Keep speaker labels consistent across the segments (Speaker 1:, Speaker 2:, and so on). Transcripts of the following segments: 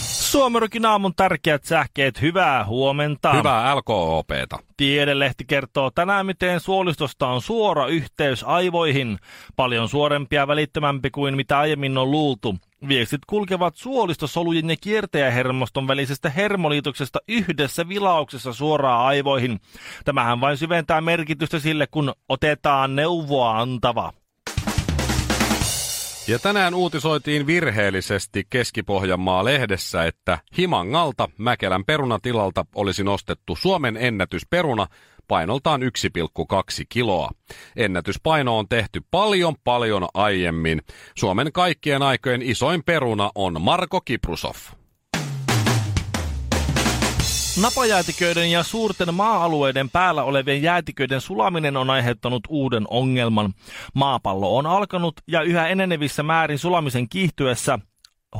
Speaker 1: Suomerokin aamun tärkeät sähkeet, hyvää huomenta.
Speaker 2: Hyvää LKOPta.
Speaker 1: Tiedelehti kertoo tänään, miten suolistosta on suora yhteys aivoihin. Paljon suorempi ja välittömämpi kuin mitä aiemmin on luultu. Viestit kulkevat suolistosolujen ja kiertäjähermoston välisestä hermoliitoksesta yhdessä vilauksessa suoraan aivoihin. Tämähän vain syventää merkitystä sille, kun otetaan neuvoa antava.
Speaker 2: Ja tänään uutisoitiin virheellisesti Keski-Pohjanmaa-lehdessä, että Himangalta Mäkelän perunatilalta olisi nostettu Suomen ennätysperuna painoltaan 1,2 kiloa. Ennätyspaino on tehty paljon paljon aiemmin. Suomen kaikkien aikojen isoin peruna on Marko Kiprusov.
Speaker 1: Napajäätiköiden ja suurten maa-alueiden päällä olevien jäätiköiden sulaminen on aiheuttanut uuden ongelman. Maapallo on alkanut ja yhä enenevissä määrin sulamisen kiihtyessä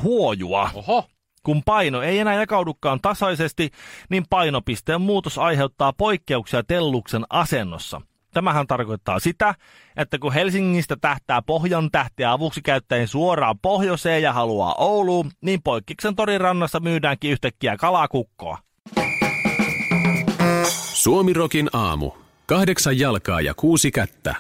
Speaker 1: huojua.
Speaker 2: Oho,
Speaker 1: Kun paino ei enää jakaudukaan tasaisesti, niin painopisteen muutos aiheuttaa poikkeuksia telluksen asennossa. Tämähän tarkoittaa sitä, että kun Helsingistä tähtää pohjan tähteä avuksi käyttäen suoraan pohjoiseen ja haluaa Ouluun, niin poikkiksen torin rannassa myydäänkin yhtäkkiä kalakukkoa.
Speaker 3: Suomirokin aamu. Kahdeksan jalkaa ja kuusi kättä.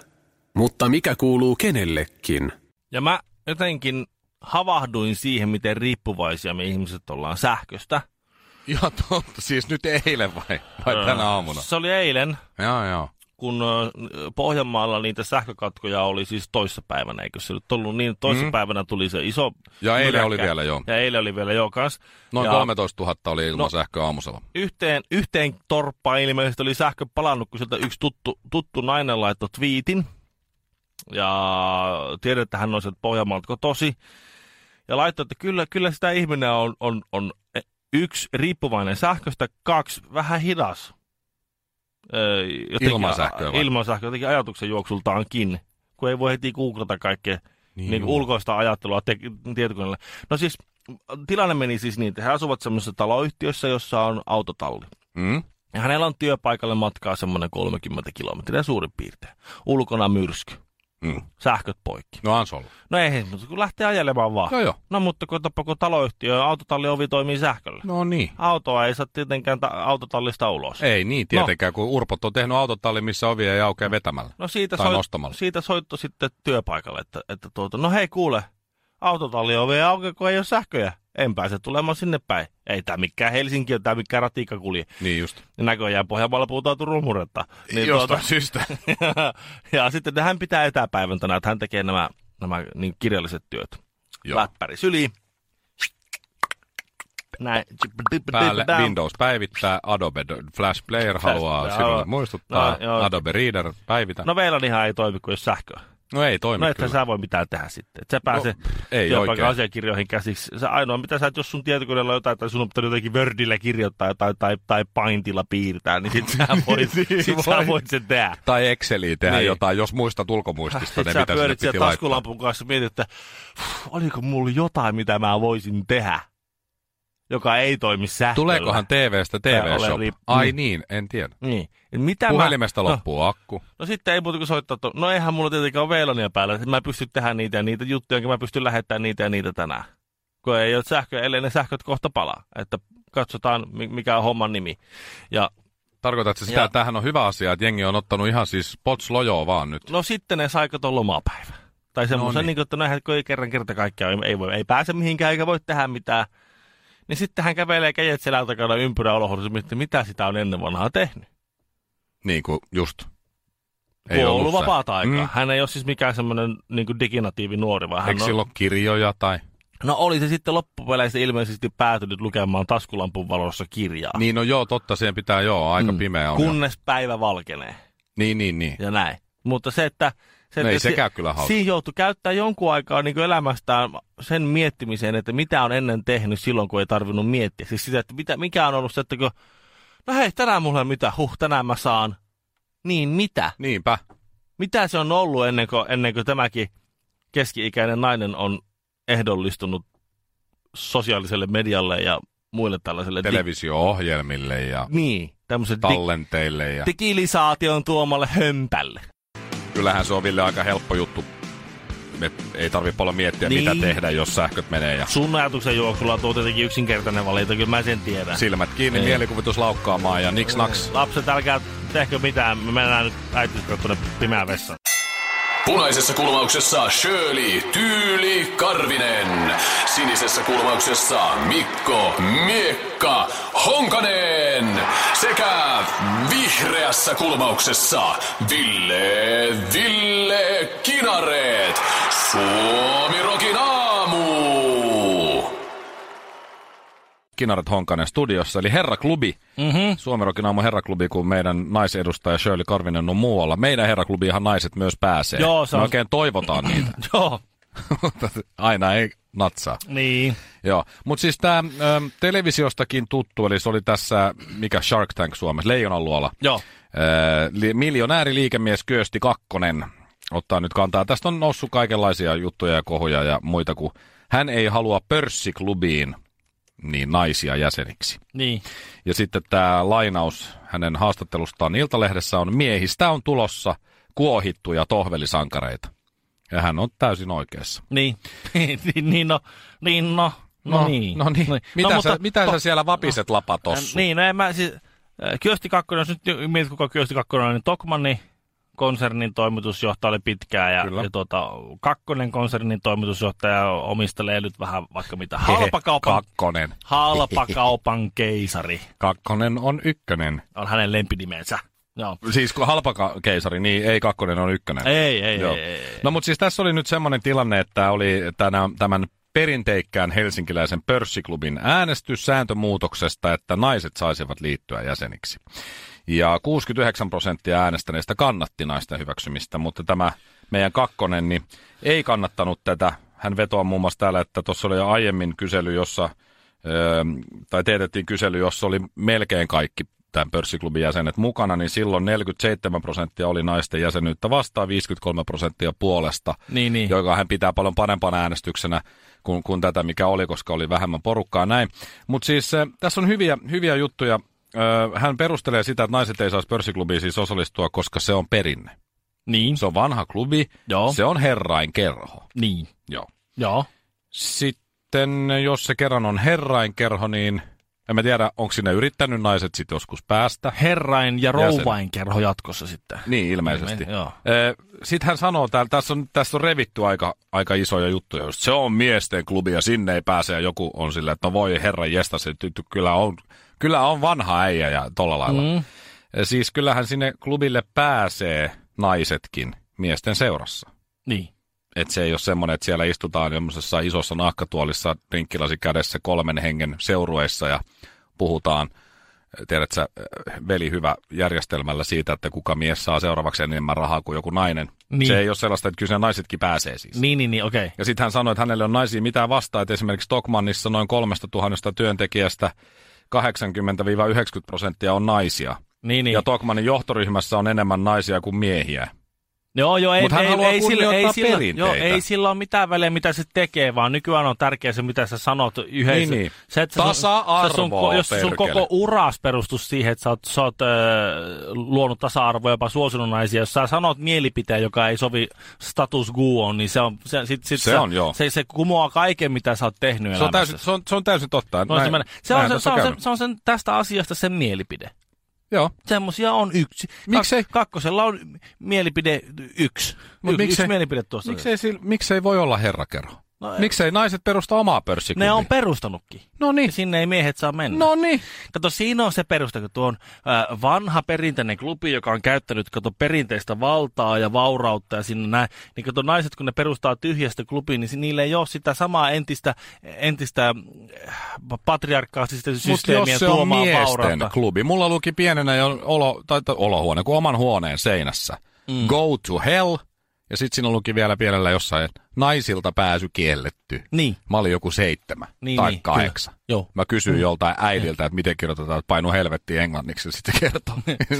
Speaker 3: Mutta mikä kuuluu kenellekin?
Speaker 1: Ja mä jotenkin havahduin siihen, miten riippuvaisia me ihmiset ollaan sähköstä.
Speaker 2: ihan totta. Siis nyt eilen vai, vai tänä aamuna?
Speaker 1: Se oli eilen,
Speaker 2: Joo, joo.
Speaker 1: kun ö, Pohjanmaalla niitä sähkökatkoja oli siis toissapäivänä, eikö se nyt ollut niin? Toissapäivänä tuli se iso...
Speaker 2: Mm-hmm. Ja eilen
Speaker 1: myräkkä.
Speaker 2: oli vielä, joo.
Speaker 1: Ja eilen oli vielä, joo, kans.
Speaker 2: Noin
Speaker 1: ja
Speaker 2: 13 000 oli ilman
Speaker 1: No.
Speaker 2: no. sähköä aamusella.
Speaker 1: Yhteen, yhteen torppaan ilmeisesti oli sähkö palannut, kun sieltä yksi tuttu, tuttu nainen laittoi twiitin. Ja tiedät, että hän on sieltä Pohjanmaalta tosi. Ja laittoi, että kyllä, kyllä sitä ihminen on, on, on eh, yksi riippuvainen sähköstä, kaksi vähän hidas. Öö, jotenkin-
Speaker 2: Ilman sähköä vai?
Speaker 1: Ilman sähköä, jotenkin ajatuksen juoksultaankin, kun ei voi heti googlata kaikkea niin,
Speaker 2: Mm?
Speaker 1: niin ulkoista ajattelua te- tietokoneella. No siis tilanne meni siis niin, että he asuvat semmoisessa taloyhtiössä, jossa on autotalli.
Speaker 2: Mm?
Speaker 1: Ja hänellä on työpaikalle matkaa semmoinen 30 kilometriä suurin piirtein. Ulkona myrsky.
Speaker 2: Mm.
Speaker 1: Sähköt poikki.
Speaker 2: No Ansolla.
Speaker 1: No ei, mutta kun lähtee ajelemaan vaan.
Speaker 2: Joo, joo.
Speaker 1: No mutta katsoppa, kun taloyhtiö autotalli ovi toimii sähköllä.
Speaker 2: No niin.
Speaker 1: Autoa ei saa tietenkään ta- autotallista ulos.
Speaker 2: Ei niin tietenkään, no. kun urpot on tehnyt autotalli, missä ovia ei aukea vetämällä.
Speaker 1: No siitä,
Speaker 2: Tai
Speaker 1: soit,
Speaker 2: nostamalla.
Speaker 1: siitä soitto sitten työpaikalle, että, että tuota, no hei kuule, autotalli on vielä auki, kun ei ole sähköjä. En pääse tulemaan sinne päin. Ei tämä mikään Helsinki ole, tämä mikään ratikka kulje.
Speaker 2: Niin just.
Speaker 1: Ja Näköjään Pohjanmaalla puhutaan Turun murretta. Niin
Speaker 2: syystä.
Speaker 1: ja, ja sitten hän pitää etäpäivän tänään, että hän tekee nämä, nämä niin kirjalliset työt. Joo.
Speaker 2: Joo.
Speaker 1: Läppäri syliin. Näin.
Speaker 2: Päälle Windows päivittää, Adobe Do- Flash Player haluaa
Speaker 1: Player,
Speaker 2: sinulle
Speaker 1: joo.
Speaker 2: muistuttaa,
Speaker 1: No, joo.
Speaker 2: no, Adobe Reader päivitä. No,
Speaker 1: No Veilanihan ei toimi, kun jos sähköä.
Speaker 2: no ei toimi
Speaker 1: No
Speaker 2: no,
Speaker 1: ethän
Speaker 2: kyllä.
Speaker 1: sä voi mitään tehdä sitten. Et sä pääse no,
Speaker 2: ei
Speaker 1: työpaikan
Speaker 2: oikein.
Speaker 1: asiakirjoihin käsiksi. Se ainoa mitä sä, et, jos sun tietokoneella on jotain, tai sun on pitänyt jotenkin Wordillä kirjoittaa jotain, tai, tai Paintilla piirtää, niin sit sä voit, sit sä
Speaker 2: voi.
Speaker 1: voit sen tehdä.
Speaker 2: Tai Exceliin tehdä
Speaker 1: Niin.
Speaker 2: niin. jotain, jos muistat ulkomuistista
Speaker 1: Sitten
Speaker 2: ne,
Speaker 1: sä
Speaker 2: mitä sinne
Speaker 1: pyörit
Speaker 2: piti
Speaker 1: siellä
Speaker 2: laittaa.
Speaker 1: taskulampun kanssa ja mietit, että "Puh, oliko mulla jotain, mitä mä voisin tehdä, joka ei toimi sähköllä.
Speaker 2: Tuleekohan TVstä
Speaker 1: Tää
Speaker 2: TV
Speaker 1: ole
Speaker 2: Shop?
Speaker 1: riip-
Speaker 2: Ai
Speaker 1: niin.
Speaker 2: niin, en tiedä.
Speaker 1: Niin. Et mitä
Speaker 2: Puhelimesta
Speaker 1: mä...
Speaker 2: loppuu akku.
Speaker 1: No, no sitten ei muuta kuin soittaa, että no eihän mulla tietenkään ole veilania päällä. Mä pystyn tehdä niitä ja niitä juttuja, enkä mä pystyn lähettämään niitä ja niitä tänään. Kun ei ole sähköä, ellei ne sähköt kohta palaa. Että katsotaan, mi- mikä on homman nimi. Ja
Speaker 2: Tarkoitatko sitä,
Speaker 1: Joo.
Speaker 2: että tämähän on hyvä asia, että jengi on ottanut ihan siis potslojoa vaan nyt?
Speaker 1: No sitten ne sai katon lomapäivä. Tai semmoisen, no
Speaker 2: No
Speaker 1: niin.
Speaker 2: niin.
Speaker 1: niin että näinhän kun ei kerran kerta kaikkiaan, ei- ei, voi, ei pääse mihinkään eikä voi tehdä mitään. Niin sitten hän kävelee kädet selän takana ympyrä olohuoneessa, miettii, että mitä sitä on ennen vanhaa tehnyt.
Speaker 2: Niin kuin just.
Speaker 1: Ei on ollut
Speaker 2: sä-
Speaker 1: vapaata aikaa. Mm.
Speaker 2: Mm.
Speaker 1: Hän ei ole siis mikään semmoinen niin diginatiivi nuori, vaan hän
Speaker 2: Eikö
Speaker 1: on,
Speaker 2: sillä ole kirjoja tai...
Speaker 1: No oli se sitten loppupeleissä ilmeisesti päätynyt lukemaan taskulampun valossa kirjaa.
Speaker 2: Niin no joo, totta, siihen pitää joo, aika
Speaker 1: Mm.
Speaker 2: mm. pimeä on. Kun...
Speaker 1: Kunnes päivä valkenee.
Speaker 2: Niin, niin, niin.
Speaker 1: ja näin. Mutta se, että... Se,
Speaker 2: No ei
Speaker 1: että si-
Speaker 2: sekään kyllä hauska.
Speaker 1: Siinä joutui käyttää jonkun aikaa niin elämästään sen miettimiseen, että mitä on ennen tehnyt silloin, kun ei tarvinnut miettiä. Siis sitä, että mitä, mikä on ollut se, että kun, no hei, tänään mulla ei ole mitään, huh, tänään mä saan. Niin mitä?
Speaker 2: Niinpä.
Speaker 1: Mitä se on ollut ennen kuin, ennen kuin tämäkin keski-ikäinen nainen on ehdollistunut sosiaaliselle medialle ja muille tällaiselle.
Speaker 2: televisio-ohjelmille ja
Speaker 1: Di- niin, tämmöiselle di-
Speaker 2: tallenteille. Ja...
Speaker 1: digilisaation tuomalle hömpälle.
Speaker 2: Kyllähän se on Ville aika helppo juttu. Et ei tarvi paljon miettiä,
Speaker 1: Niin.
Speaker 2: mitä tehdä, jos sähköt menee ja
Speaker 1: Sun ajatuksen juoksulla tuo tietenkin yksinkertainen valinta, kyllä mä sen tiedän.
Speaker 2: silmät kiinni,
Speaker 1: Ei.
Speaker 2: mielikuvitus laukkaamaan ja niks naks.
Speaker 1: Lapset, älkää tehkö mitään, me mennään nyt äitiyspäivät tuonne pimeään vessaan.
Speaker 3: Punaisessa kulmauksessa Shirley Tyyli Karvinen. Sinisessä kulmauksessa Mikko Miekka Honkanen. Sekä vihreässä kulmauksessa Ville Ville Kinareet. Suomi Rokin aamu.
Speaker 2: Kinaret Honkanen studiossa, eli Herraklubi. Mm-hmm. Suomirokin aamu Herraklubi, kun meidän naisedustaja Shirley Karvinen on muualla. Meidän Herraklubiinhan naiset myös pääsee.
Speaker 1: Joo, se
Speaker 2: Me
Speaker 1: on-
Speaker 2: oikein toivotaan niitä.
Speaker 1: Joo,
Speaker 2: Mutta Aina ei natsaa.
Speaker 1: niin.
Speaker 2: Joo, mutta siis tämä televisiostakin tuttu, eli se oli tässä, mikä Shark Tank Suomessa, Leijonanluola.
Speaker 1: Joo.
Speaker 2: Öö, li- miljonääriliikemies Kyösti Kakkonen ottaa nyt kantaa. Tästä on noussut kaikenlaisia juttuja ja kohuja ja muita, kun hän ei halua pörssiklubiin niin naisia jäseniksi.
Speaker 1: Niin.
Speaker 2: Ja sitten tämä lainaus hänen haastattelustaan Iltalehdessä on, miehistä on tulossa kuohittuja tohvelisankareita. Ja hän on täysin oikeassa.
Speaker 1: Niin. niin, niin, no, niin, no, no, niin.
Speaker 2: No niin. Mitä,
Speaker 1: No,
Speaker 2: sä,
Speaker 1: mutta-
Speaker 2: mitä sä siellä vapiset lapatossu?
Speaker 1: Niin, no en mä siis... äh, Kyösti Kakkonen, jos nyt jo- mietit kuka Kyösti Kakkonen on, niin Tokmanni konsernin toimitusjohtaja oli pitkään
Speaker 2: Kyllä.
Speaker 1: ja, ja tuota, Kakkonen konsernin toimitusjohtaja omistelee nyt vähän vaikka mitä. Halpakaupan,
Speaker 2: Kakkonen.
Speaker 1: halpakaupan keisari
Speaker 2: Kakkonen on ykkönen.
Speaker 1: on hänen lempinimensä. Joo.
Speaker 2: Siis kun halpa ka- keisari, niin ei kakkonen on ykkönen.
Speaker 1: Ei, ei,
Speaker 2: Joo.
Speaker 1: ei, ei.
Speaker 2: No mutta siis tässä oli nyt semmoinen tilanne, että oli tänä, tämän perinteikkään helsinkiläisen pörssiklubin äänestys sääntömuutoksesta, että naiset saisivat liittyä jäseniksi. Ja 69 prosenttia äänestäneistä kannatti naisten hyväksymistä, mutta tämä meidän kakkonen niin ei kannattanut tätä. Hän vetoaa muun muassa täällä, että tuossa oli jo aiemmin kysely, jossa, öö, tai teetettiin kysely, jossa oli melkein kaikki tämän pörssiklubin jäsenet mukana, niin silloin 47 prosenttia oli naisten jäsenyyttä vastaan, 53 prosenttia puolesta,
Speaker 1: Niin, niin.
Speaker 2: joka hän pitää paljon parempana äänestyksenä kuin, kuin tätä, mikä oli, koska oli vähemmän porukkaa näin. Mutta siis äh, tässä on hyviä, hyviä juttuja. Ö, Hän perustelee sitä, että naiset ei saisi pörssiklubiin siis osallistua, koska se on perinne.
Speaker 1: Niin,
Speaker 2: Se on vanha klubi,
Speaker 1: Joo.
Speaker 2: se on herrain kerho.
Speaker 1: niin.
Speaker 2: Joo.
Speaker 1: Joo.
Speaker 2: Sitten jos se kerran on herrain kerho, niin en mä tiedä, onko sinne yrittänyt naiset sitten joskus päästä.
Speaker 1: Herrain ja
Speaker 2: Jäsen.
Speaker 1: rouvain kerho jatkossa sitten.
Speaker 2: Niin, ilmeisesti.
Speaker 1: Ilme- joo.
Speaker 2: Sitten hän sanoo, täällä, tässä, on, tässä on revitty aika, aika isoja juttuja. Just, se on miesten klubi ja sinne ei pääse. Ja joku on sillä, että no voi herra jesta, se tyttö kyllä on, kyllä on vanha äijä ja tolla lailla. Mm. Siis kyllähän sinne klubille pääsee naisetkin miesten seurassa.
Speaker 1: Niin.
Speaker 2: Että se ei ole semmoinen, että siellä istutaan jommosessa isossa nahkatuolissa rinkkilasi kädessä kolmen hengen seurueissa ja puhutaan, tiedät sä, veli hyvä järjestelmällä siitä, että kuka mies saa seuraavaksi enemmän rahaa kuin joku nainen. Niin.
Speaker 1: Niin.
Speaker 2: Se ei ole sellaista, että kyllä siinä naisetkin pääsee siis.
Speaker 1: Niin, niin, niin, okei.
Speaker 2: Ja sitten hän sanoi, että hänelle on naisia mitään vastaa, että esimerkiksi Tokmannissa noin 3000 työntekijästä 80-90 prosenttia on naisia.
Speaker 1: Niin, niin.
Speaker 2: Niin. Ja Tokmanin johtoryhmässä on enemmän naisia kuin miehiä.
Speaker 1: Joo, joo, ei,
Speaker 2: Mut hän
Speaker 1: ei,
Speaker 2: haluaa
Speaker 1: ei, sillä, ei,
Speaker 2: kunnioittaa
Speaker 1: sillä, joo,
Speaker 2: perinteitä.
Speaker 1: ei sillä ole mitään väliä, mitä se tekee, vaan nykyään on tärkeää se, mitä sä sanot yhdessä.
Speaker 2: Niin, niin.
Speaker 1: Se, että sä sun-
Speaker 2: Tasa-arvoa,
Speaker 1: sä sun, ko- Jos sun
Speaker 2: perkele.
Speaker 1: koko uras perustus siihen, että sä oot, sä oot äh, luonut tasa-arvoa, jopa suosinut naisia, jos sä sanot mielipiteen, joka ei sovi status quoon, niin se on, se, sit, sit
Speaker 2: Se
Speaker 1: sä,
Speaker 2: on, joo.
Speaker 1: Se, se kumoaa kaiken, mitä sä oot tehnyt
Speaker 2: Se on,
Speaker 1: elämässä.
Speaker 2: täysin, se, on, se on täysin totta.
Speaker 1: No, se, menee- se, on,
Speaker 2: näinhän
Speaker 1: se, se,
Speaker 2: tässä
Speaker 1: on se,
Speaker 2: käynyt.
Speaker 1: se on sen tästä asiasta sen mielipide.
Speaker 2: Joo.
Speaker 1: Semmoisia on yksi.
Speaker 2: Miksei-
Speaker 1: Kak, kakkosella on mielipide yksi.
Speaker 2: Mut
Speaker 1: Y-
Speaker 2: miksei-
Speaker 1: yksi mielipide tuossa.
Speaker 2: Miksei, sil, miksei voi olla herrakero?
Speaker 1: No
Speaker 2: No
Speaker 1: ei.
Speaker 2: miksei naiset perusta omaa pörssiklubia?
Speaker 1: Ne on perustanutkin.
Speaker 2: No niin.
Speaker 1: Ja Sinne ei miehet saa mennä.
Speaker 2: No niin.
Speaker 1: Kato, siinä on se perusta, kun tuo on äh, vanha perinteinen klubi, joka on käyttänyt kato, perinteistä valtaa ja vaurautta ja sinne näin. Niin kato, naiset, kun ne perustaa tyhjästä klubiin, niin si- niillä ei ole sitä samaa entistä, entistä äh, patriarkaattisista
Speaker 2: Mutta jos
Speaker 1: systeemiä
Speaker 2: se on
Speaker 1: tuomaa
Speaker 2: miesten
Speaker 1: vaurautta.
Speaker 2: klubi. Mulla luki pienenä jo olo, tai, tai olohuone, kun oman huoneen seinässä. Mm. Go to hell Ja sitten siinä luki vielä pienellä jossain, naisilta pääsy kielletty.
Speaker 4: Niin.
Speaker 2: Mä olin joku seitsemän
Speaker 4: Niin,
Speaker 2: tai
Speaker 4: niin,
Speaker 2: kahdeksan.
Speaker 4: kyllä. Joo.
Speaker 2: Mä kysyin joltain äidiltä, että miten kirjoitetaan, että painu helvettiin englanniksi ja sitten kertoo.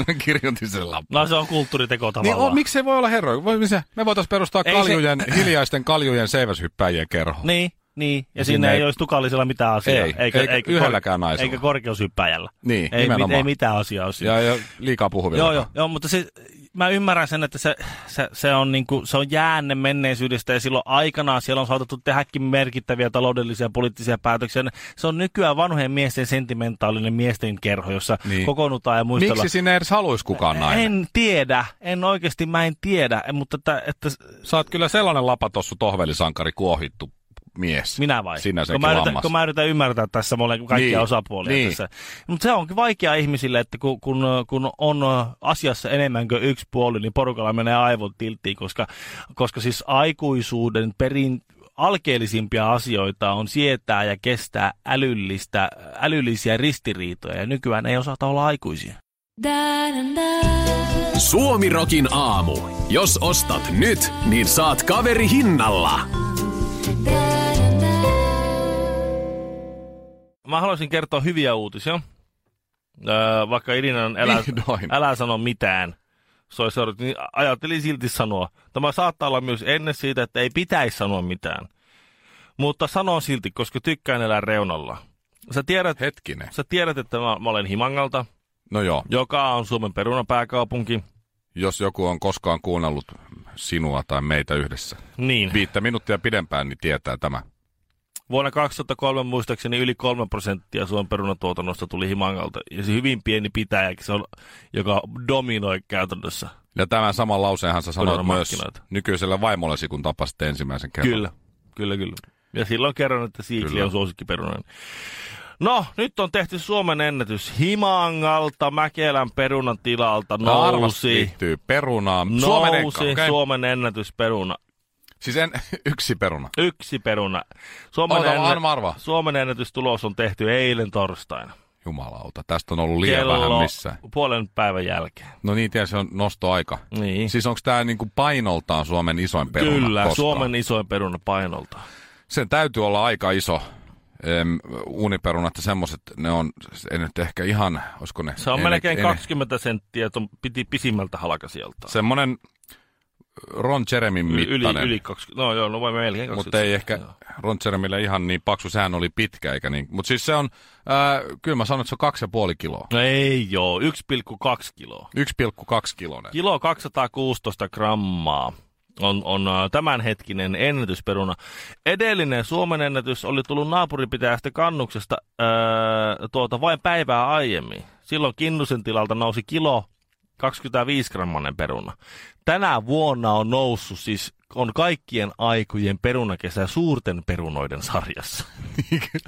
Speaker 2: Mä kirjoitin sen lapun.
Speaker 1: No se on kulttuuriteko
Speaker 2: Niin
Speaker 1: tavallaan.
Speaker 2: on, miksi se voi olla herroja? Voi, se, me voitaisiin perustaa
Speaker 1: Ei
Speaker 2: kaljujen, hiljaisten kaljujen seiväshyppäjien kerho.
Speaker 1: Niin, niin. Ja,
Speaker 2: Ja
Speaker 1: siinä
Speaker 2: sinne
Speaker 1: ei
Speaker 2: ei-
Speaker 1: olisi tukallisella mitään asiaa.
Speaker 2: Ei, eikä yhdelläkään naisella.
Speaker 1: Eikä korkeushyppäjällä. ei,
Speaker 2: Niin,
Speaker 1: mit,
Speaker 2: nimenomaan.
Speaker 1: ei mitään asiaa olisi.
Speaker 2: Ja, ja liikaa puhuvia.
Speaker 1: Joo, joo, joo, mutta se, mä ymmärrän sen, että se, se, se, on niinku, se on jäänne menneisyydestä ja silloin aikanaan siellä on saatettu tehdäkin merkittäviä taloudellisia ja poliittisia päätöksiä. Se on nykyään vanhojen miesten sentimentaalinen miesten kerho, jossa niin.
Speaker 2: Niin.
Speaker 1: kokoonnutaan ja muistellaan.
Speaker 2: Miksi sinne edes haluaisi kukaan nainen?
Speaker 1: En tiedä, en oikeasti mä en tiedä, en- mutta että, että
Speaker 2: Sä oot kyllä sellainen lapatossu tohvelisankari kuohittu mies.
Speaker 1: minä vai? kun, mä
Speaker 2: Sinä senkin
Speaker 1: yritän,
Speaker 2: lammas.
Speaker 1: kun mä yritän ymmärtää tässä mole, kaikkia
Speaker 2: Niin,
Speaker 1: osapuolia
Speaker 2: niin.
Speaker 1: tässä. Mutta se onkin vaikea ihmisille, että kun, kun, kun on asiassa enemmän kuin yksi puoli, niin porukalla menee aivot tilttiin, koska, koska siis aikuisuuden perin alkeellisimpia asioita on sietää ja kestää älyllistä, älyllisiä ristiriitoja. Ja nykyään ei osata olla aikuisia.
Speaker 3: Suomirokin aamu. Jos ostat nyt, niin saat kaveri hinnalla.
Speaker 1: Mä haluaisin kertoa hyviä uutisia. Öö, vaikka Irinan älä,
Speaker 2: Vihdoin.
Speaker 1: älä sano mitään. Se olisi ollut, niin ajattelin silti sanoa. Tämä saattaa olla myös ennen siitä, että ei pitäisi sanoa mitään. Mutta sanon silti, koska tykkään elää reunalla. Sä tiedät,
Speaker 2: Hetkinen.
Speaker 1: sä tiedät että mä, mä olen Himangalta,
Speaker 2: No joo,
Speaker 1: joka on Suomen perunapääkaupunki.
Speaker 2: jos joku on koskaan kuunnellut sinua tai meitä yhdessä
Speaker 1: Niin.
Speaker 2: viittä minuuttia pidempään, niin tietää tämä.
Speaker 1: Vuonna 2003 muistaakseni yli 3 prosenttia Suomen perunatuotannosta tuli Himangalta. Ja se hyvin pieni pitäjä, se on, joka dominoi käytännössä.
Speaker 2: Ja tämän saman lauseenhan sä sanoit myös
Speaker 1: markkinoita.
Speaker 2: nykyisellä vaimollesi, kun tapasitte ensimmäisen kerran.
Speaker 1: Kyllä, kyllä, kyllä. Ja silloin kerron, että siikli
Speaker 2: Kyllä.
Speaker 1: on suosikkiperunainen. No, nyt on tehty Suomen ennätys. Himangalta Mäkelän perunan tilalta
Speaker 2: No arvasti
Speaker 1: nousi,
Speaker 2: liittyy perunaan. Suomen enkka,
Speaker 1: nousi
Speaker 2: okei?
Speaker 1: Suomen ennätysperuna.
Speaker 2: Siis en, yksi peruna.
Speaker 1: Yksi peruna. Suomen,
Speaker 2: Oota, anna mä arvaa.
Speaker 1: Suomen ennätystulos on tehty eilen torstaina.
Speaker 2: Jumalauta, tästä on ollut liian vähän missään.
Speaker 1: puolen päivän jälkeen.
Speaker 2: No niin, tiedä, se on nostoaika.
Speaker 1: Niin.
Speaker 2: Siis onko tämä niinku painoltaan Suomen isoin peruna
Speaker 1: Kyllä,
Speaker 2: koskaan?
Speaker 1: Suomen isoin peruna painolta.
Speaker 2: Sen täytyy olla aika iso em, uuniperunat ja semmoset, ne on, ei nyt ehkä ihan, olisiko ne?
Speaker 1: Se on
Speaker 2: ei
Speaker 1: melkein
Speaker 2: ne- ei ne-
Speaker 1: 20 senttiä, tuon piti pisimmältä halkasijalta.
Speaker 2: Semmonen Ron Jeremin
Speaker 1: Yli, yli,
Speaker 2: mittainen.
Speaker 1: yli 20, no joo, no vai melkein 20.
Speaker 2: Mutta ei ehkä
Speaker 1: Joo.
Speaker 2: Ron Jeremille ihan niin paksu, sehän oli pitkä, eikä niin. Mutta siis se on, ää, kyllä mä sanon, että se on kaksi ja puoli kiloa.
Speaker 1: No ei joo, 1,2 kiloa.
Speaker 2: 1,2 kilonen.
Speaker 1: Kilo 216 grammaa on, on ä, tämänhetkinen ennätysperuna. Edellinen Suomen ennätys oli tullut naapuripitäjästä kannuksesta öö, tuota, vain päivää aiemmin. Silloin Kinnusen tilalta nousi kilo 25 grammanen peruna. Tänä vuonna on noussut siis on kaikkien aikojen perunakesä suurten perunoiden sarjassa.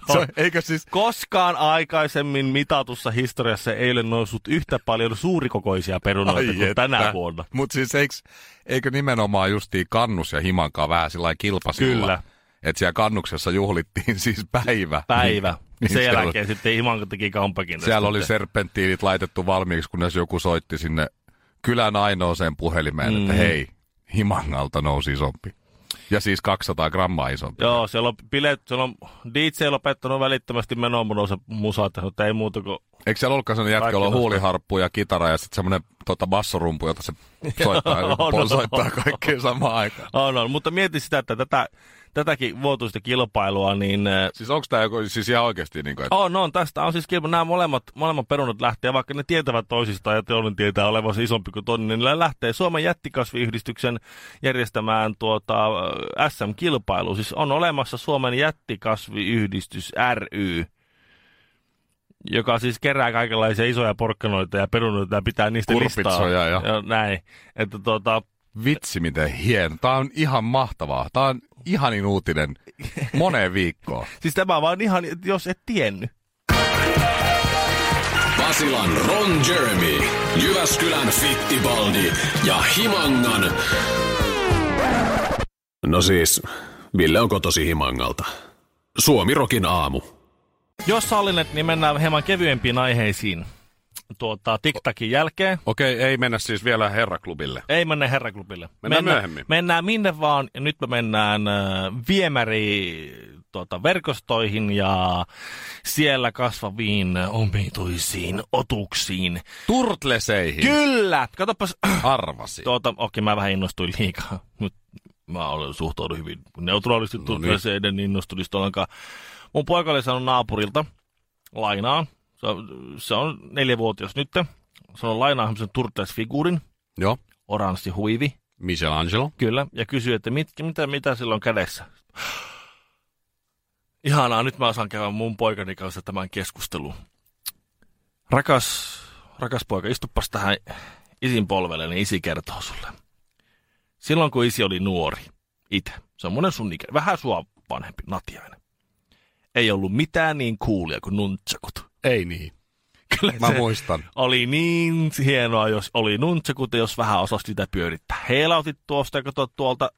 Speaker 2: Se on, eikö siis?
Speaker 1: Koskaan aikaisemmin mitatussa historiassa ei ole noussut yhtä paljon suurikokoisia perunoita kuin tänä vuonna.
Speaker 2: Mutta siis eikö, eikö nimenomaan justiin kannus ja himankaa vähän sillä lailla kilpasilla?
Speaker 1: Kyllä.
Speaker 2: Että siellä kannuksessa juhlittiin siis päivä.
Speaker 1: Päivä.
Speaker 2: Niin
Speaker 1: Niin, sen
Speaker 2: siellä-
Speaker 1: jälkeen sitten Imanko teki kampakin.
Speaker 2: Siellä oli
Speaker 1: sitten.
Speaker 2: serpenttiinit laitettu valmiiksi, kunnes joku soitti sinne kylän ainoaseen puhelimeen, mm. että
Speaker 1: Mm.
Speaker 2: hei, himangalta nousi isompi. Ja siis 200 grammaa isompi.
Speaker 1: Joo, siellä on, bileet, siellä on DJ lopettanut välittömästi menomunonsa musaa, tehnyt, että ei muuta kuin...
Speaker 2: Eikö siellä ollutkaan sellainen jätkä,
Speaker 1: Kaikki
Speaker 2: jolla on
Speaker 1: nostaa.
Speaker 2: huuliharppu ja kitara ja sitten semmoinen tota, bassorumpu, jota se soittaa,
Speaker 1: Joo,
Speaker 2: no,
Speaker 1: no.
Speaker 2: soittaa kaikkea samaan aikaan.
Speaker 1: On, on. Oh, no, Mutta mieti sitä, että tätä, tätäkin vuotuista kilpailua, niin ö,
Speaker 2: Siis onko tämä joku, siis ihan oikeasti, niin kuin, että
Speaker 1: On, on. Tästä on siis kilpailu. Nämä molemmat, molemmat perunat lähtee, vaikka ne tietävät toisistaan ja teollinen tietää olevansa isompi kuin toinen, niin ne lähtee Suomen jättikasviyhdistyksen järjestämään tuota, äh, SM-kilpailu. Siis on olemassa Suomen jättikasviyhdistys ry, joka siis kerää kaikenlaisia isoja porkkanoita ja perunoita ja pitää niistä listaa.
Speaker 2: Kurpitsoja ja-
Speaker 1: näin. Että tuota,
Speaker 2: vitsi miten hieno. Tämä on ihan mahtavaa. Tämä on ihanin uutinen moneen viikkoon.
Speaker 1: siis tämä vaan ihan, jos et tiennyt.
Speaker 3: Basilan Ron Jeremy, Jyväskylän Fittibaldi ja Himangan. No siis, Ville on kotosi Himangalta. Suomirokin aamu.
Speaker 1: Jos sallinet, niin mennään hieman kevyempiin aiheisiin. tuota, TikTakin jälkeen.
Speaker 2: Okei, ei mennä siis vielä herraklubille.
Speaker 1: Ei mennä herraklubille.
Speaker 2: Mennään myöhemmin.
Speaker 1: Mennään minne vaan, ja nyt me mennään äh, viemäri tuota, verkostoihin ja siellä kasvaviin äh, omituisiin otuksiin.
Speaker 2: Turtleseihin.
Speaker 1: Kyllä! Katsopas,
Speaker 2: Arvasi.
Speaker 1: tuota, okei mä vähän innostuin liikaa. Nyt mä olen suhtaudun hyvin
Speaker 2: No
Speaker 1: neutraalisti
Speaker 2: niin.
Speaker 1: turtleseiden innostunista ollenkaan. Mun poika oli saanut naapurilta lainaa. Se on, se on neljävuotias nyt. Se on lainaa semmoisen turtlesfiguurin,
Speaker 2: Joo.
Speaker 1: oranssi huivi.
Speaker 2: Michelangelo.
Speaker 1: Kyllä, ja kysyi, että mit, mitä, mitä sillä on kädessä. Ihanaa, nyt mä osaan käydä mun poikani kanssa tämän keskustelun. Rakas, rakas poika, istupas tähän isin polvelle, niin isi kertoo sulle. Silloin kun isi oli nuori, itse, semmonen sun ikä, vähän sua vanhempi, natiainen. Ei ollut mitään niin kuulia kuin nuntsakut.
Speaker 2: Ei niin.
Speaker 1: Kyllä
Speaker 2: Mä
Speaker 1: se-
Speaker 2: muistan.
Speaker 1: oli niin hienoa, jos oli nuntsakut, ja jos vähän osasi sitä pyörittää. Heilautit tuosta ja katsot tuolta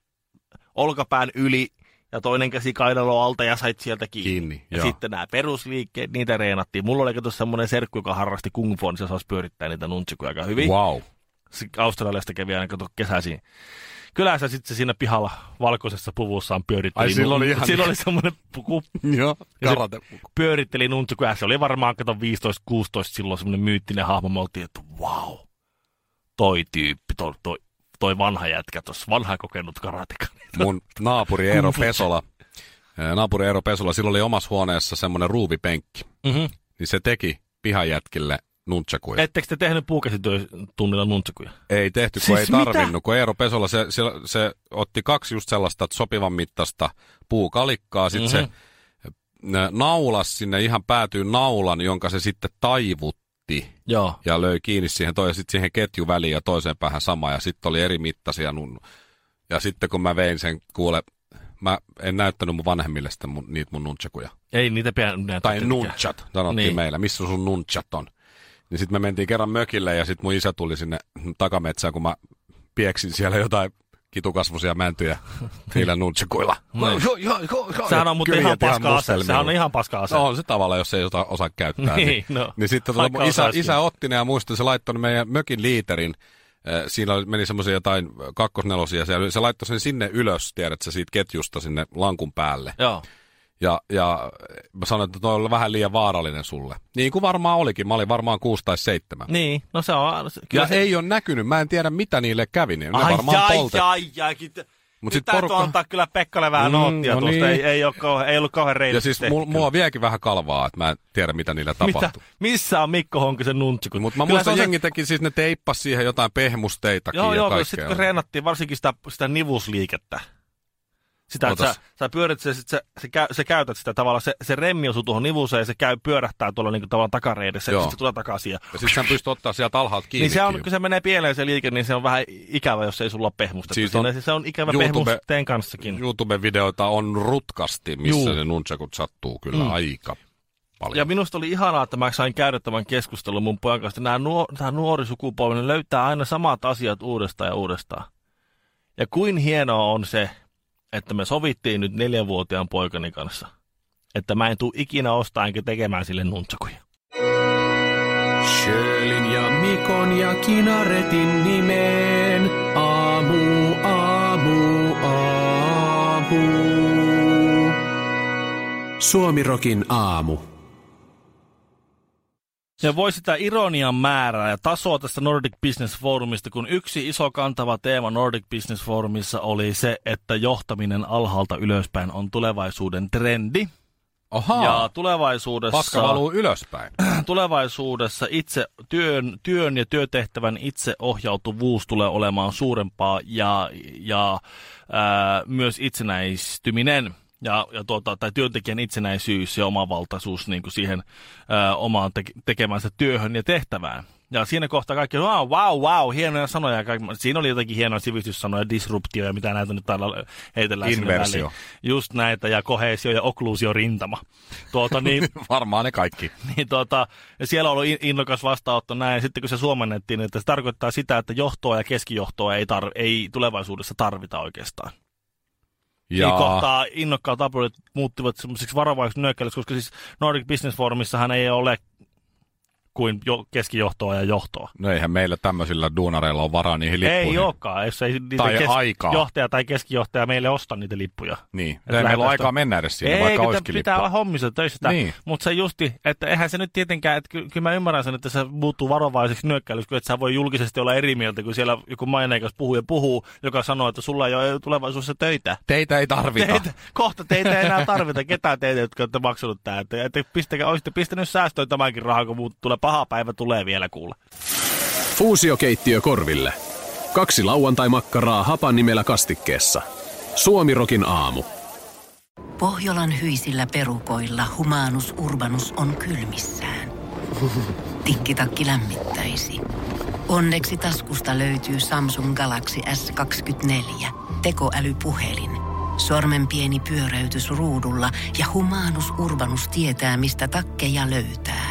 Speaker 1: olkapään yli ja toinen käsi kainalo alta ja sait sieltä kiinni.
Speaker 2: Kiinni,
Speaker 1: ja
Speaker 2: joo.
Speaker 1: sitten nämä perusliikkeet, niitä reenattiin. Mulla oli kato semmoinen serkku, joka harrasti kung fu, niin se osasi pyörittää niitä nuntsikuja aika hyvin.
Speaker 2: Wow.
Speaker 1: Se Australiasta kävi aina kato kesäisin. Kylässä sitten siinä pihalla valkoisessa puvussaan pyöritteli.
Speaker 2: Ai, sillä oli
Speaker 1: nun-
Speaker 2: ihan- niin.
Speaker 1: sillä oli semmoinen puku,
Speaker 2: Joo.
Speaker 1: ja se
Speaker 2: Karate.
Speaker 1: pyöritteli nuntsukoja. Se oli varmaan, kato 15-16 silloin semmoinen myyttinen hahmo. Me oltiin, että wow, toi tyyppi, toi, toi, toi vanha jätkä tuossa, vanha kokenut karateka.
Speaker 2: Mun naapuri Eero
Speaker 1: Kumpuja.
Speaker 2: Pesola. ää, Naapuri Eero Pesola, sillä oli omassa huoneessa semmoinen ruuvipenkki.
Speaker 1: Mm-hmm.
Speaker 2: Niin se teki pihajätkille nunchakuja.
Speaker 1: Ettekö te tehnyt puukäsityötunnilla nuntsukuja?
Speaker 2: Ei tehty, kun
Speaker 1: Siis
Speaker 2: ei
Speaker 1: mitä?
Speaker 2: tarvinnut, kun Eero Pesola se, se, se otti kaksi just sellaista sopivan mittaista puukalikkaa, sitten mm-hmm. se ä, naulas sinne ihan päätyy naulan, jonka se sitten taivutti
Speaker 1: Joo.
Speaker 2: ja löi kiinni siihen toi, ja sitten siihen ketju väliin ja toiseen päähän sama, ja sitten oli eri mittaisia nun. Ja sitten kun mä vein sen, kuule, mä en näyttänyt mun vanhemmille sitä mun, niitä mun nunchakuja.
Speaker 1: Ei niitä pian näytä
Speaker 2: Tai
Speaker 1: tietenkään.
Speaker 2: nunchat, sanottiin
Speaker 1: Niin.
Speaker 2: niin. meillä. Missä sun nunchat on? Niin sitten me mentiin kerran mökille ja sitten mun isä tuli sinne takametsään, kun mä pieksin siellä jotain kitukasvusia mäntyjä niillä nunchakuilla.
Speaker 1: Niin.
Speaker 2: Joo, joo, joo, joo.
Speaker 1: Sehän on mutta
Speaker 2: Kyljät
Speaker 1: ihan paska ase.
Speaker 2: mustelmilla.
Speaker 1: Sehän on ihan paska ase.
Speaker 2: No on se tavalla, jos ei jota osaa käyttää.
Speaker 1: Niin,
Speaker 2: Niin, niin,
Speaker 1: no.
Speaker 2: no. niin sitten tuota,
Speaker 1: Vaikka
Speaker 2: mun isä,
Speaker 1: osaisikin.
Speaker 2: isä otti ne ja muistan, se laittoi ne meidän mökin liiterin. äh, Siinä oli- meni semmoisia jotain äh, kakkosnelosia. siellä. Se laittoi sen sinne ylös, tiedät sä, siitä ketjusta sinne lankun päälle.
Speaker 1: Joo.
Speaker 2: Ja, ja mä sanoin, että toi oli vähän liian vaarallinen sulle. Niin kuin varmaan olikin. Mä olin varmaan kuusi tai seitsemän.
Speaker 1: Niin, no se on... se-
Speaker 2: Ja
Speaker 1: se-
Speaker 2: ei ole näkynyt. Mä en tiedä, mitä niille kävi. Niin ne
Speaker 1: Ai,
Speaker 2: varmaan
Speaker 1: ai,
Speaker 2: poltettiin.
Speaker 1: ai, ai, kit- Nyt
Speaker 2: Mut
Speaker 1: sit
Speaker 2: sit
Speaker 1: täytyy
Speaker 2: porukka-
Speaker 1: antaa kyllä Pekkalle vähän
Speaker 2: Mm,
Speaker 1: noottia
Speaker 2: no
Speaker 1: tuosta.
Speaker 2: niin.
Speaker 1: Ei, ei, ole kauhean, ei ollut kauhean reilu.
Speaker 2: Ja siis mul, mua vieläkin vähän kalvaa, että mä en tiedä, mitä niillä
Speaker 1: Mitä?
Speaker 2: tapahtui.
Speaker 1: Missä on Mikko Honkisen nuntsikut?
Speaker 2: Mutta mä
Speaker 1: Kyllä
Speaker 2: muistan,
Speaker 1: se on
Speaker 2: jengi teki, siis ne teippas siihen jotain pehmusteitakin
Speaker 1: Joo,
Speaker 2: ja
Speaker 1: joo,
Speaker 2: kaikkea.
Speaker 1: sitten kun reenattiin varsinkin sitä, sitä nivusliikettä. Sitä, että
Speaker 2: Ootas.
Speaker 1: sä, sä pyörit, se, sit sä, se, käy, se käytät sitä tavallaan, se, se remmi osuu tuohon nivuseen ja se käy pyörähtää tuolla niinku tavallaan takareidessä ja
Speaker 2: Joo.
Speaker 1: sitten se tulee takaisin. Ja,
Speaker 2: Ja sit sen pystyy ottaa sieltä alhaalta kiinni.
Speaker 1: niin se on, kun se menee pieleen se liike, niin se on vähän ikävä, jos ei sulla ole pehmustetta.
Speaker 2: Siis
Speaker 1: Siinä
Speaker 2: on
Speaker 1: se- se on ikävä
Speaker 2: YouTube-
Speaker 1: pehmusteen kanssakin.
Speaker 2: YouTube-videoita on rutkasti, missä
Speaker 1: Juu.
Speaker 2: Juu. ne nunchakut sattuu kyllä
Speaker 1: Mm.
Speaker 2: mm. aika paljon.
Speaker 1: Ja minusta oli ihanaa, että mä sain käydä tämän keskustelun mun pojan kanssa. Nämä nuor, tämä nuori sukupolvi ne löytää aina samat asiat uudestaan ja uudestaan. Ja kuin hienoa on se, että me sovittiin nyt neljänvuotiaan poikani kanssa, että mä en tule ikinä ostaa enkä tekemään sille nuntsakuja.
Speaker 3: Sjölin ja Mikon ja Kinaretin nimeen. Aamu, aamu, aamu. Suomirokin aamu.
Speaker 1: Ja voi sitä ironian määrää ja tasoa tästä Nordic Business Forumista, kun yksi iso kantava teema Nordic Business Forumissa oli se, että johtaminen alhaalta ylöspäin on tulevaisuuden trendi.
Speaker 2: Ohaa,
Speaker 1: Ja
Speaker 2: ja
Speaker 1: tulevaisuudessa...
Speaker 2: paska valuu ylöspäin.
Speaker 1: tulevaisuudessa itse työn, työn ja työtehtävän itseohjautuvuus tulee olemaan suurempaa ja, ja ää, myös itsenäistyminen ja, ja tuota, tai työntekijän itsenäisyys ja omavaltaisuus niin kuin siihen ää, omaan te- tekemänsä työhön ja tehtävään. Ja siinä kohtaa kaikki, wow, wow, wow, hienoja sanoja. ja Kaikki, siinä oli jotakin hienoja sivistyssanoja, disruptio ja mitä näitä nyt täällä heitellään sinne
Speaker 2: Inversio.
Speaker 1: väliin. Just näitä ja kohesio ja okkluusio rintama. Tuota, niin,
Speaker 2: Varmaan ne kaikki.
Speaker 1: niin tota, ja siellä on ollut in- innokas vastaanotto näin. Sitten kun se suomennettiin, niin että se tarkoittaa sitä, että johtoa ja keskijohtoa ei, tar- ei tulevaisuudessa tarvita oikeastaan. Ja. Niin kohtaa innokkaat aplodit muuttuivat semmoisiksi varovaisiksi nökkäilyksi, koska siis Nordic Business Forumissahan ei ole kuin jo, keskijohtoa ja johtoa.
Speaker 2: No eihän meillä tämmöisillä duunareilla ole varaa niihin lippuihin.
Speaker 1: Ei olekaan, jos ei niitä
Speaker 2: Tai aikaa.
Speaker 1: johtaja tai keskijohtaja meille osta niitä lippuja.
Speaker 2: Niin, ei
Speaker 1: lähdetään
Speaker 2: meillä ole
Speaker 1: sitä-
Speaker 2: aikaa mennä edes siinä,
Speaker 1: Ei,
Speaker 2: vaikka
Speaker 1: kun
Speaker 2: olisikin
Speaker 1: pitää
Speaker 2: lippu.
Speaker 1: olla hommissa töissä. Niin.
Speaker 2: Niin.
Speaker 1: Mutta se justi, että eihän se nyt tietenkään, että ky- kyllä mä ymmärrän sen, että se muuttuu varovaiseksi nyökkäilyksi, kun et sä voi julkisesti olla eri mieltä, kun siellä joku maineikas puhuu ja puhuu, joka sanoo, että sulla ei ole tulevaisuudessa töitä.
Speaker 2: Teitä ei tarvita.
Speaker 1: Teitä, kohta teitä ei enää tarvita ketään teitä, jotka olette maksanut tämän. Että, että pistäkää, olisitte pistänyt säästöön tämänkin rahan, kun muut tulee paha päivä tulee vielä kuule.
Speaker 3: Fuusiokeittiö korville. Kaksi lauantai-makkaraa hapan nimellä kastikkeessa. Suomirokin aamu.
Speaker 5: Pohjolan hyisillä perukoilla humanus urbanus on kylmissään. Tikkitakki lämmittäisi. Onneksi taskusta löytyy Samsung Galaxy S24. Tekoälypuhelin. Sormen pieni pyöräytys ruudulla ja humanus urbanus tietää, mistä takkeja löytää.